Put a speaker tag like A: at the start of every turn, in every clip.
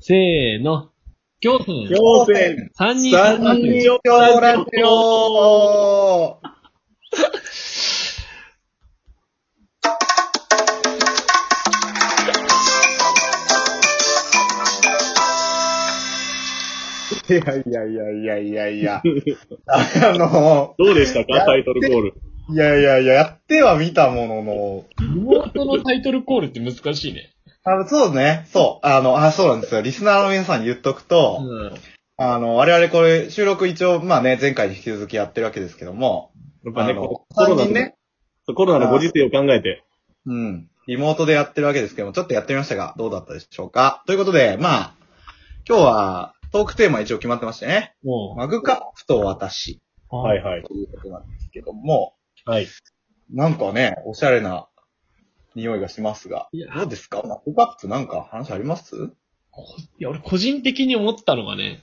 A: せーの。行政。
B: 行政
A: 三人
B: 三人用ラジオいやいやいやいやいやい や。あの、
C: どうでしたかタイトルコール。
B: いやいやいや、やっては見たものの、
A: 妹のタイトルコールって難しいね。
B: あの、そうね、そう、あの、あ、そうなんですよ。リスナーの皆さんに言っとくと、
A: うん。
B: あの、我々これ収録一応、まあね、前回に引き続きやってるわけですけども、
C: やっぱ
B: あ
C: ね、
B: の
C: こ、コ
B: 3
C: ロナ
B: 人
C: の、
B: ね、
C: そうコロナのご時世を考えて。
B: うん、リモートでやってるわけですけども、ちょっとやってみましたが、どうだったでしょうかということで、まあ、今日はトークテーマ一応決まってましてね、
A: も
B: マグカップと私
A: う。
C: はい
A: い。
C: はい。
B: ということなんですけども、
C: はい。
B: なんかね、おしゃれな匂いがしますが
A: いや、
B: どうですかマグカップなんか話あります
A: いや、俺個人的に思ったのがね、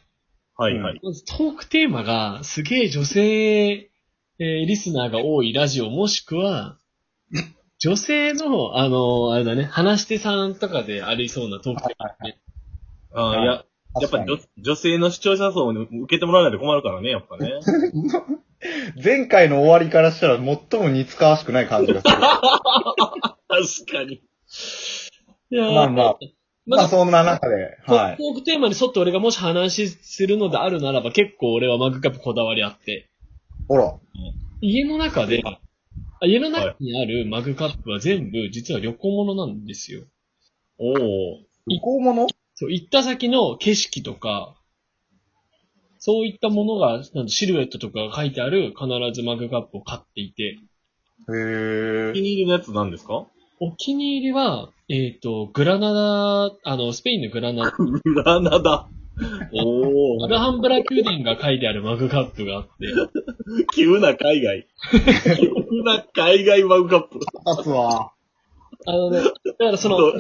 C: はいはい。
A: まずトークテーマがすげえ女性、えーリスナーが多いラジオもしくは、女性の、あのあれだね、話し手さんとかでありそうなトークテーマだね。
C: あーいや、やっぱ
B: 確
C: 女女性の視聴者層に受けてもらわないと困るからね、やっぱ
B: か
C: ね。
B: に前回の終わりからしたら最も似つかわしくない感じがす る。
C: 確かに。
A: いやー
B: まあまあ、
A: ま
B: まあ
A: ず
B: そんな中で、はい。
A: トークテーマに沿って俺がもし話するのであるならば結構俺はマグカップこだわりあって、
B: ほら。
A: 家の中で、あ家の中にあるマグカップは全部実は旅行物なんですよ。
C: おー。
B: 移行もの
A: そう、行った先の景色とか、そういったものが、なんかシルエットとかが書いてある必ずマグカップを買っていて、
B: へ
C: お気
B: え。
C: に入りのやつなんですか
A: お気に入りは、えっ、と、グラナダ、あの、スペインのグラナダ、
C: グラナダ。お
A: ア
C: ー
A: ル。ハンブラ宮殿が書いてあるマグカップがあって、
C: 急な海外。急な海外マグカップ。
B: 立つ わ。
A: あのね、だからその
C: そう、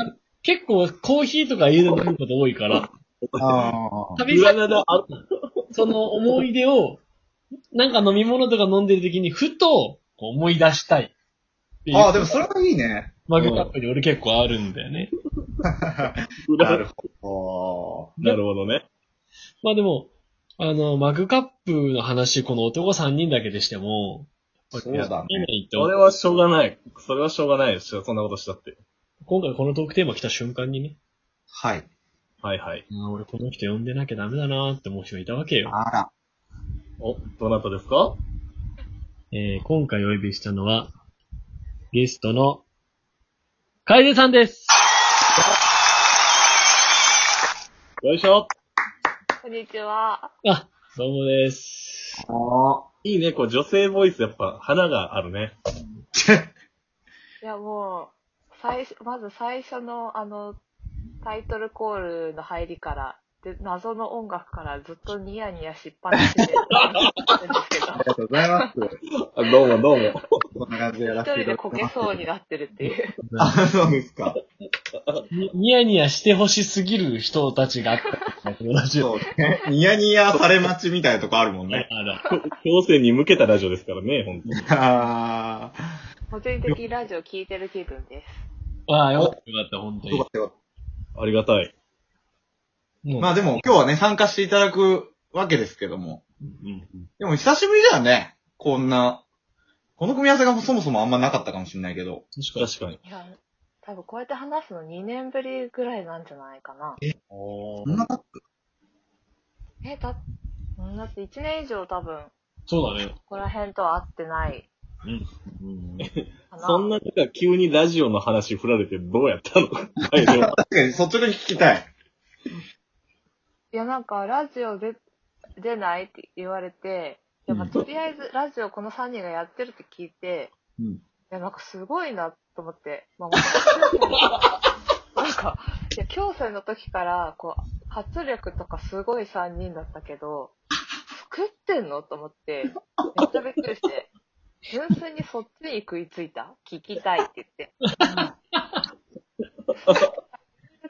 A: 結構コーヒーとか家で飲むこと多いから、
B: あー
A: 旅
C: グラ
A: 先
C: ナダ、あ
A: その思い出を、なんか飲み物とか飲んでる時に、ふとこう思い出したいっていう。
B: あー、でもそれはいい ね。
A: マグカップに俺結構あるんだよね。
C: グラナダ。
B: ほ
C: なるほどね。
A: まあでも、あの、マグカップの話、この男3人だけでしても、
B: ど。そうだ
A: 見
B: ね。
A: ない
C: それ
A: と、
C: はしょうがない。それはしょうがないですよ。そんなことしたって。
A: 今回このトークテーマ来た瞬間にね、
B: はい。
C: はいはい。
A: あー俺この人呼んでなきゃダメだなーって思う人がいたわけよ。
B: あら。
C: お、どなたですか
A: えー、今回お呼びしたのは、ゲストの、楓さんです
C: よいしょ。
D: こんにちは。
A: あ、どうもです。
B: あ
C: いいね、こう女性ボイスやっぱ花があるね。
D: いや、もう、最初、まず最初の、あの、タイトルコールの入りから、で、謎の音楽からずっとニヤニヤしっぱなしで、なんですけ
B: りがとうございます。
C: あどうもどうも。
B: こんな感じでやら
D: ど、
B: せていた
D: 一人で
B: だき
D: こ
B: ます。
D: けそうになってるっていう。
B: あ、 そうですか。
A: にニヤニヤしてほしすぎる人たちがあった。友 達を。
B: そうね。ニヤニヤされ待ちみたいなとこあるもん
A: あ
B: ね。
A: ら、
C: 強制に向けたラジオですからね、本当に。
B: あ
D: 個人的ラジオ聞いてる気分で
A: ああ、よかった、よかった、本当
B: ーよか
A: に
B: っ。たよかっ
C: ありがたい。
B: た。
A: も
B: まあでも今日はね、参加していただくわけですけども。
A: う、うん
B: でも久しぶりだよね。こんな。この組み合わせがそもそもあんまなかったかもしれないけど。
A: 確かに。
C: 確かに。
D: す。いや、多分こうやって話すの2年ぶりぐらいなんじゃないかな。
A: お
B: そ
A: ー
B: んな経っ
D: え、だ、うんだって1年以上多分、
A: そうだね。
D: ここら辺とは会ってない
A: うん。
D: かな。
C: そんな中、急にラジオの話振られてどうやったのはいでも
B: 確かに率直に聞きたい。
D: いや、なんか、ラジオ出、出ないって言われて、いや、まあ、
A: うん
D: とりあえず、ラジオこの3人がやってるって聞いて、
B: うん
D: いや、なんかすごいなと思って、まあ、私はもう なんか、いや、強制の時から、こう、活力とかすごい3人だったけど、作ってんのと思って、めっちゃびっくりして、純粋にそっちに食いついた聞きたいって言って。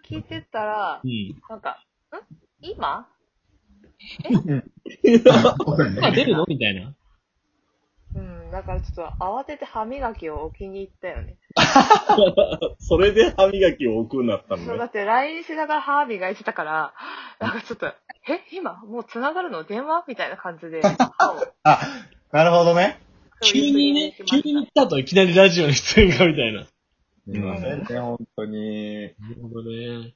D: 聞いてったら
A: う、ん。
D: なんか、ん今
B: そうだね
A: 今出るのみたいな。
D: うん、うん、だからちょっと慌てて歯磨きを置きに行ったよね。
C: それで歯磨きを置くなった
D: そう、
C: の
D: だ
C: ね。
D: って来日しながら歯磨いてたから、なんかちょっと、え、今もう繋がるの電話みたいな感じで。歯を
B: なるほどね。
A: 急にね、急に行った後いきなりラジオの出演がみたいな。
B: すいませんね、本当に。
A: なるほどね。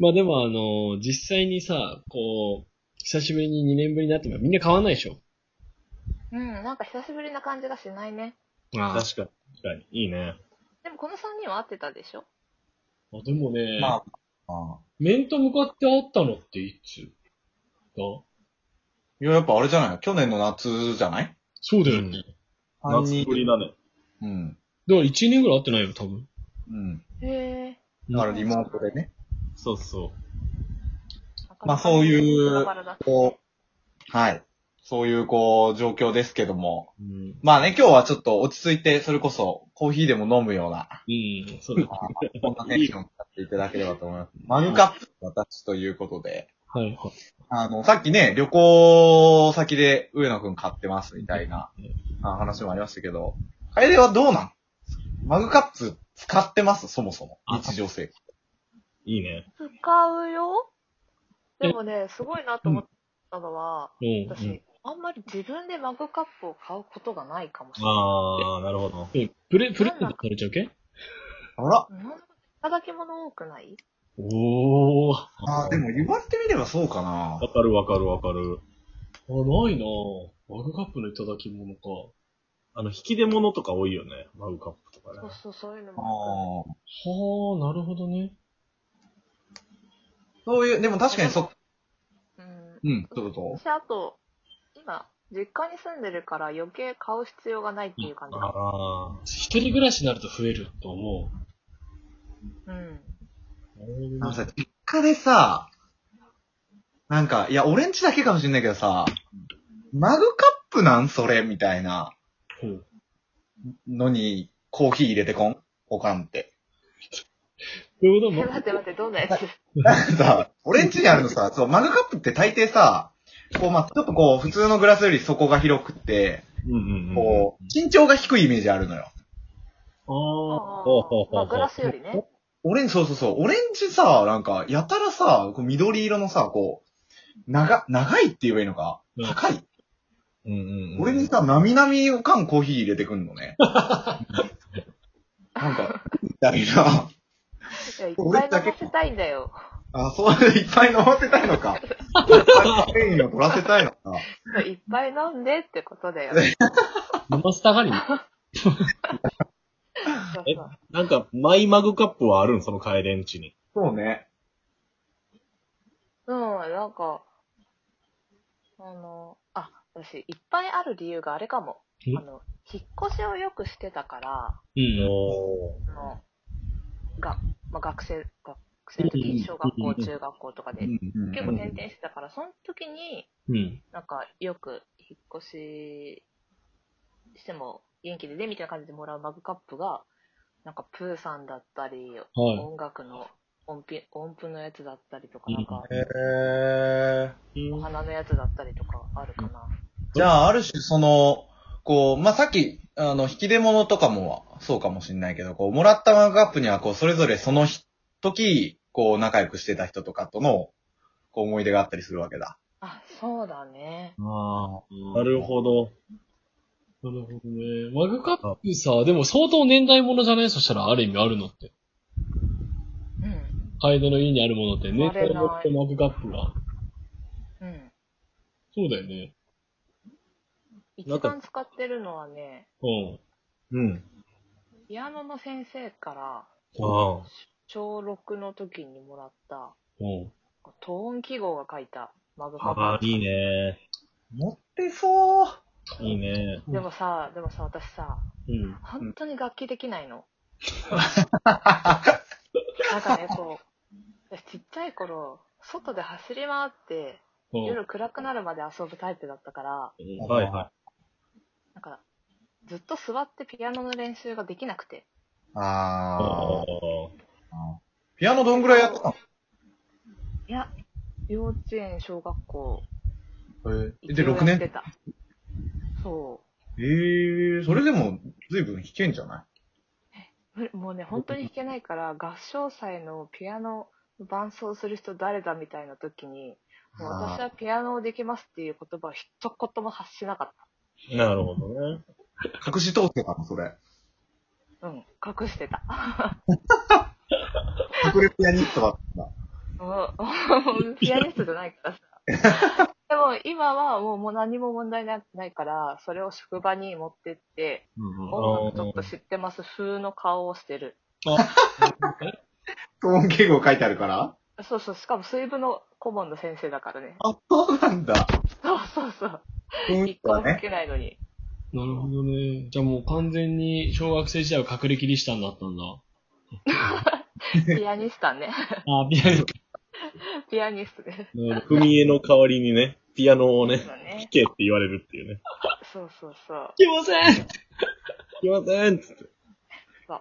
A: まあでもあの、実際にさ、こう、久しぶりに2年ぶりになってもみんな変わんないでしょ。
D: うん、なんか久しぶりな感じがしないね。
A: あ
C: 確かに。確かに。いいね。
D: でもこの3人は会ってたでしょ
A: あでもね、
B: まあ、ああ
A: 面と向かって会ったのっていつだ
B: いや、やっぱあれじゃない去年の夏じゃない
A: そうだよね。
C: うん
A: だか
C: 夏ぶりだね。
B: うん。
A: ら1年ぐらい会ってないよ、多分。
B: うん。
D: へえ。
B: だからリモートでね。
C: そうそ
B: まあそういう
D: バラバラだ
B: こう、はい。そういう、こう、状況ですけども。
A: うん。
B: まあね、今日はちょっと落ち着いて、それこそ、コーヒーでも飲むような、
A: うん、そうだね。
B: こんなテンションを使っていただければと思います。マグカップ、私ということで。
A: はいはい。
B: あの、さっきね、旅行先で上野くん買ってますみたいなあ話もありましたけど、楓はどうなんマグカップ使ってますそもそも。日常生活。
C: う。いいね。
D: 使うよでもね、すごいなと思ったのは、
A: うん。
D: 私、あんまり自分でマグカップを買うことがないかもしれない。
C: あー、なるほど。
A: え、プレ、プレゼントされちゃうけ
B: あら。
D: うんいただき物多くない
A: おー。あ、
B: あーでも言われてみればそうかな。
C: わかるわかるわかる。
A: ないなぁ。マグカップのいただき物か。
C: あの、引き出物とか多いよね。マグカップとかね
D: そう。そう、そういうの
B: あ
D: も。
B: ー
A: はあ、なるほどね。
B: そういう、でも確かにそ、
D: うん。
B: うん、どうぞ。
D: 私、あと、今、実家に住んでるから余計買う必要がないっていう感じか
C: あ
A: 一人暮らしになると増えると思
D: な。うん。
A: う。
B: あのさ、実家でさ、なんか、いや、俺んちだけかもしんないけどさ、マグカップなんそれみたいな
A: うん
B: のに、コーヒー入れてこんおかんって。
A: ということ
D: え、
A: も、
D: 待って待って、どんなや つ
B: さ、俺ん家にあるのさ、そう、マグカップって大抵さ、こう、まあ、ちょっとこう、普通のグラスより底が広くって、
C: ーうんうんうん。
B: こう、身長が低いイメージあるのよ。
C: あー。
D: あ
C: ほうほうほう
D: ーまあ、グラスよりね。
B: 俺ん、そうそうそう、俺んちさ、なんか、やたらさ、こう緑色のさ、こう、長、長いって言えばいいのか
A: うん
B: 高い。
C: うんうんうん。
B: 俺にさ、なみなみおかんコーヒー入れてくんのね。なんか、みたいな。
D: いや、いっぱい飲ませたいんだよ。
B: あ、そういっぱい飲ませたいの か。いっぱい繊維を取らせたいのか。
D: いっぱい飲んでってことだよ。
A: 飲ませたがりね。
D: そう
C: え
D: そう
C: なんか、マイマグカップはあるんその帰れんちに。
B: そうね。
D: うん、なんか、あの、あ、私、いっぱいある理由があれかも
A: え。
D: あの、引っ越しをよくしてたから、
A: うん。
C: お
D: あの、が、まあ、学生、学生の時、小学校、中学校とかで、結構
B: 結
D: 転々してたから、その時に、
A: うん。
D: なんか、よく引っ越ししても元気でね、みたいな感じでもらうマグカップが、なんか、プーさんだったり、
A: はい。
D: 音楽の音符音符のやつだったりとか、なんか、
B: へー。
D: お花のやつだったりとかあるかな。
B: じゃあ、ある種、その、こう、まあ、さっき、あの、引き出物とかも、そうかもしんないけど、こう、もらったマグカップには、こう、それぞれその日時、こう、仲良くしてた人とかとの、こう、思い出があったりするわけだ。
D: あ、そうだね。
C: ああ。なるほど。
A: なるほどね。マグカップさ、でも相当年代物じゃないそしたらある意味あるのって。
D: うん。
A: カエデの家にあるものって年代物
D: あ
A: と
D: れ
A: マグカップは。
D: うん。
A: そうだよね。
D: 一番使ってるのはね、
A: うん。
C: うん。
D: ピアノの先生から
C: ああ。
D: 小6の時にもらった、
A: うん。
D: トーン記号が書いたマグカ
C: ああ
D: ッ、
C: いいね。
B: 持ってそう。
C: いいね。
D: プ。でもさ、でもさ、私さ、
A: うん。
D: 本当に楽器できないの。なんかね、こう、私ちっちゃい頃、外で走り回って、
A: うん。
D: 夜暗くなるまで遊ぶタイプだったから、
C: はいは
D: なんか、ずっと座ってピアノの練習ができなくて。
C: い。
B: あ
C: あ
B: ー。ピアノどんぐらいやってたの
D: いや、幼稚園、小学校、
B: えで、6
D: やっ
B: 年
D: てた。そ
B: ええそれでも、随分弾けんじゃない
D: む もうね、本当に弾けないから、合唱祭のピアノ伴奏する人誰だみたいな時に、もう
B: あー
D: 私はピアノをできますっていう言葉を一言も発しなかっ
C: なるほどね。
B: 隠し通ってたの、それ。
D: た。うん、隠してた。
B: 隠れピアニストだったんだ。
D: もう、ピアニストじゃないからさ。 でも今はもうもう何も問題なないから、それを職場に持ってって、
A: うんうん。
D: 音楽ちょっと知ってます風の顔をしてる。
B: トーン敬語書いてあるから
D: そうそう、しかも水分の顧問の先生だからね。
B: あ、そうなんだ。
D: そうそうそう。
B: 雰囲
D: 一
B: 気
D: 個
B: は
D: も吹
B: ね。
D: けないのに。
A: なるほどね。じゃあもう完全に小学生時代は隠れキリシタンだったんだ。
D: ピアニストね。
A: あー、ピアニス
D: ピアニストです。
C: 踏み絵の代わりにね、ピアノをね、
D: そう
C: 弾
D: ね。
C: けって言われるっていうね。
D: そうそうそう。
A: きませんなる
C: すいませんっつって。
A: ほど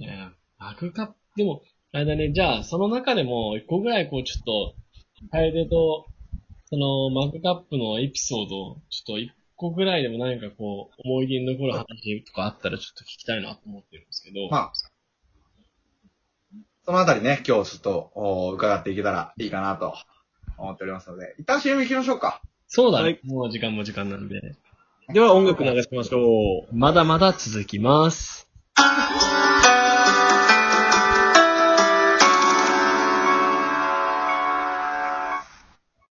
A: ね。バグカップ、でも、あれだね、じゃあその中でも一個ぐらいこうちょっと、楓と、そのマグカップのエピソードを、ちょっと一個ぐらいでも何かこう、思い出に残る話とかあったらちょっと聞きたいなと思ってるんですけど。
B: まあ、そのあたりね、今日ちょっとお伺っていけたらいいかなと思っておりますので、一旦 CM 行きましょうか。
A: そうだね、
C: はい
A: もう時間も時間なんで。
C: では音楽流しましょう。
A: まだまだ続きます。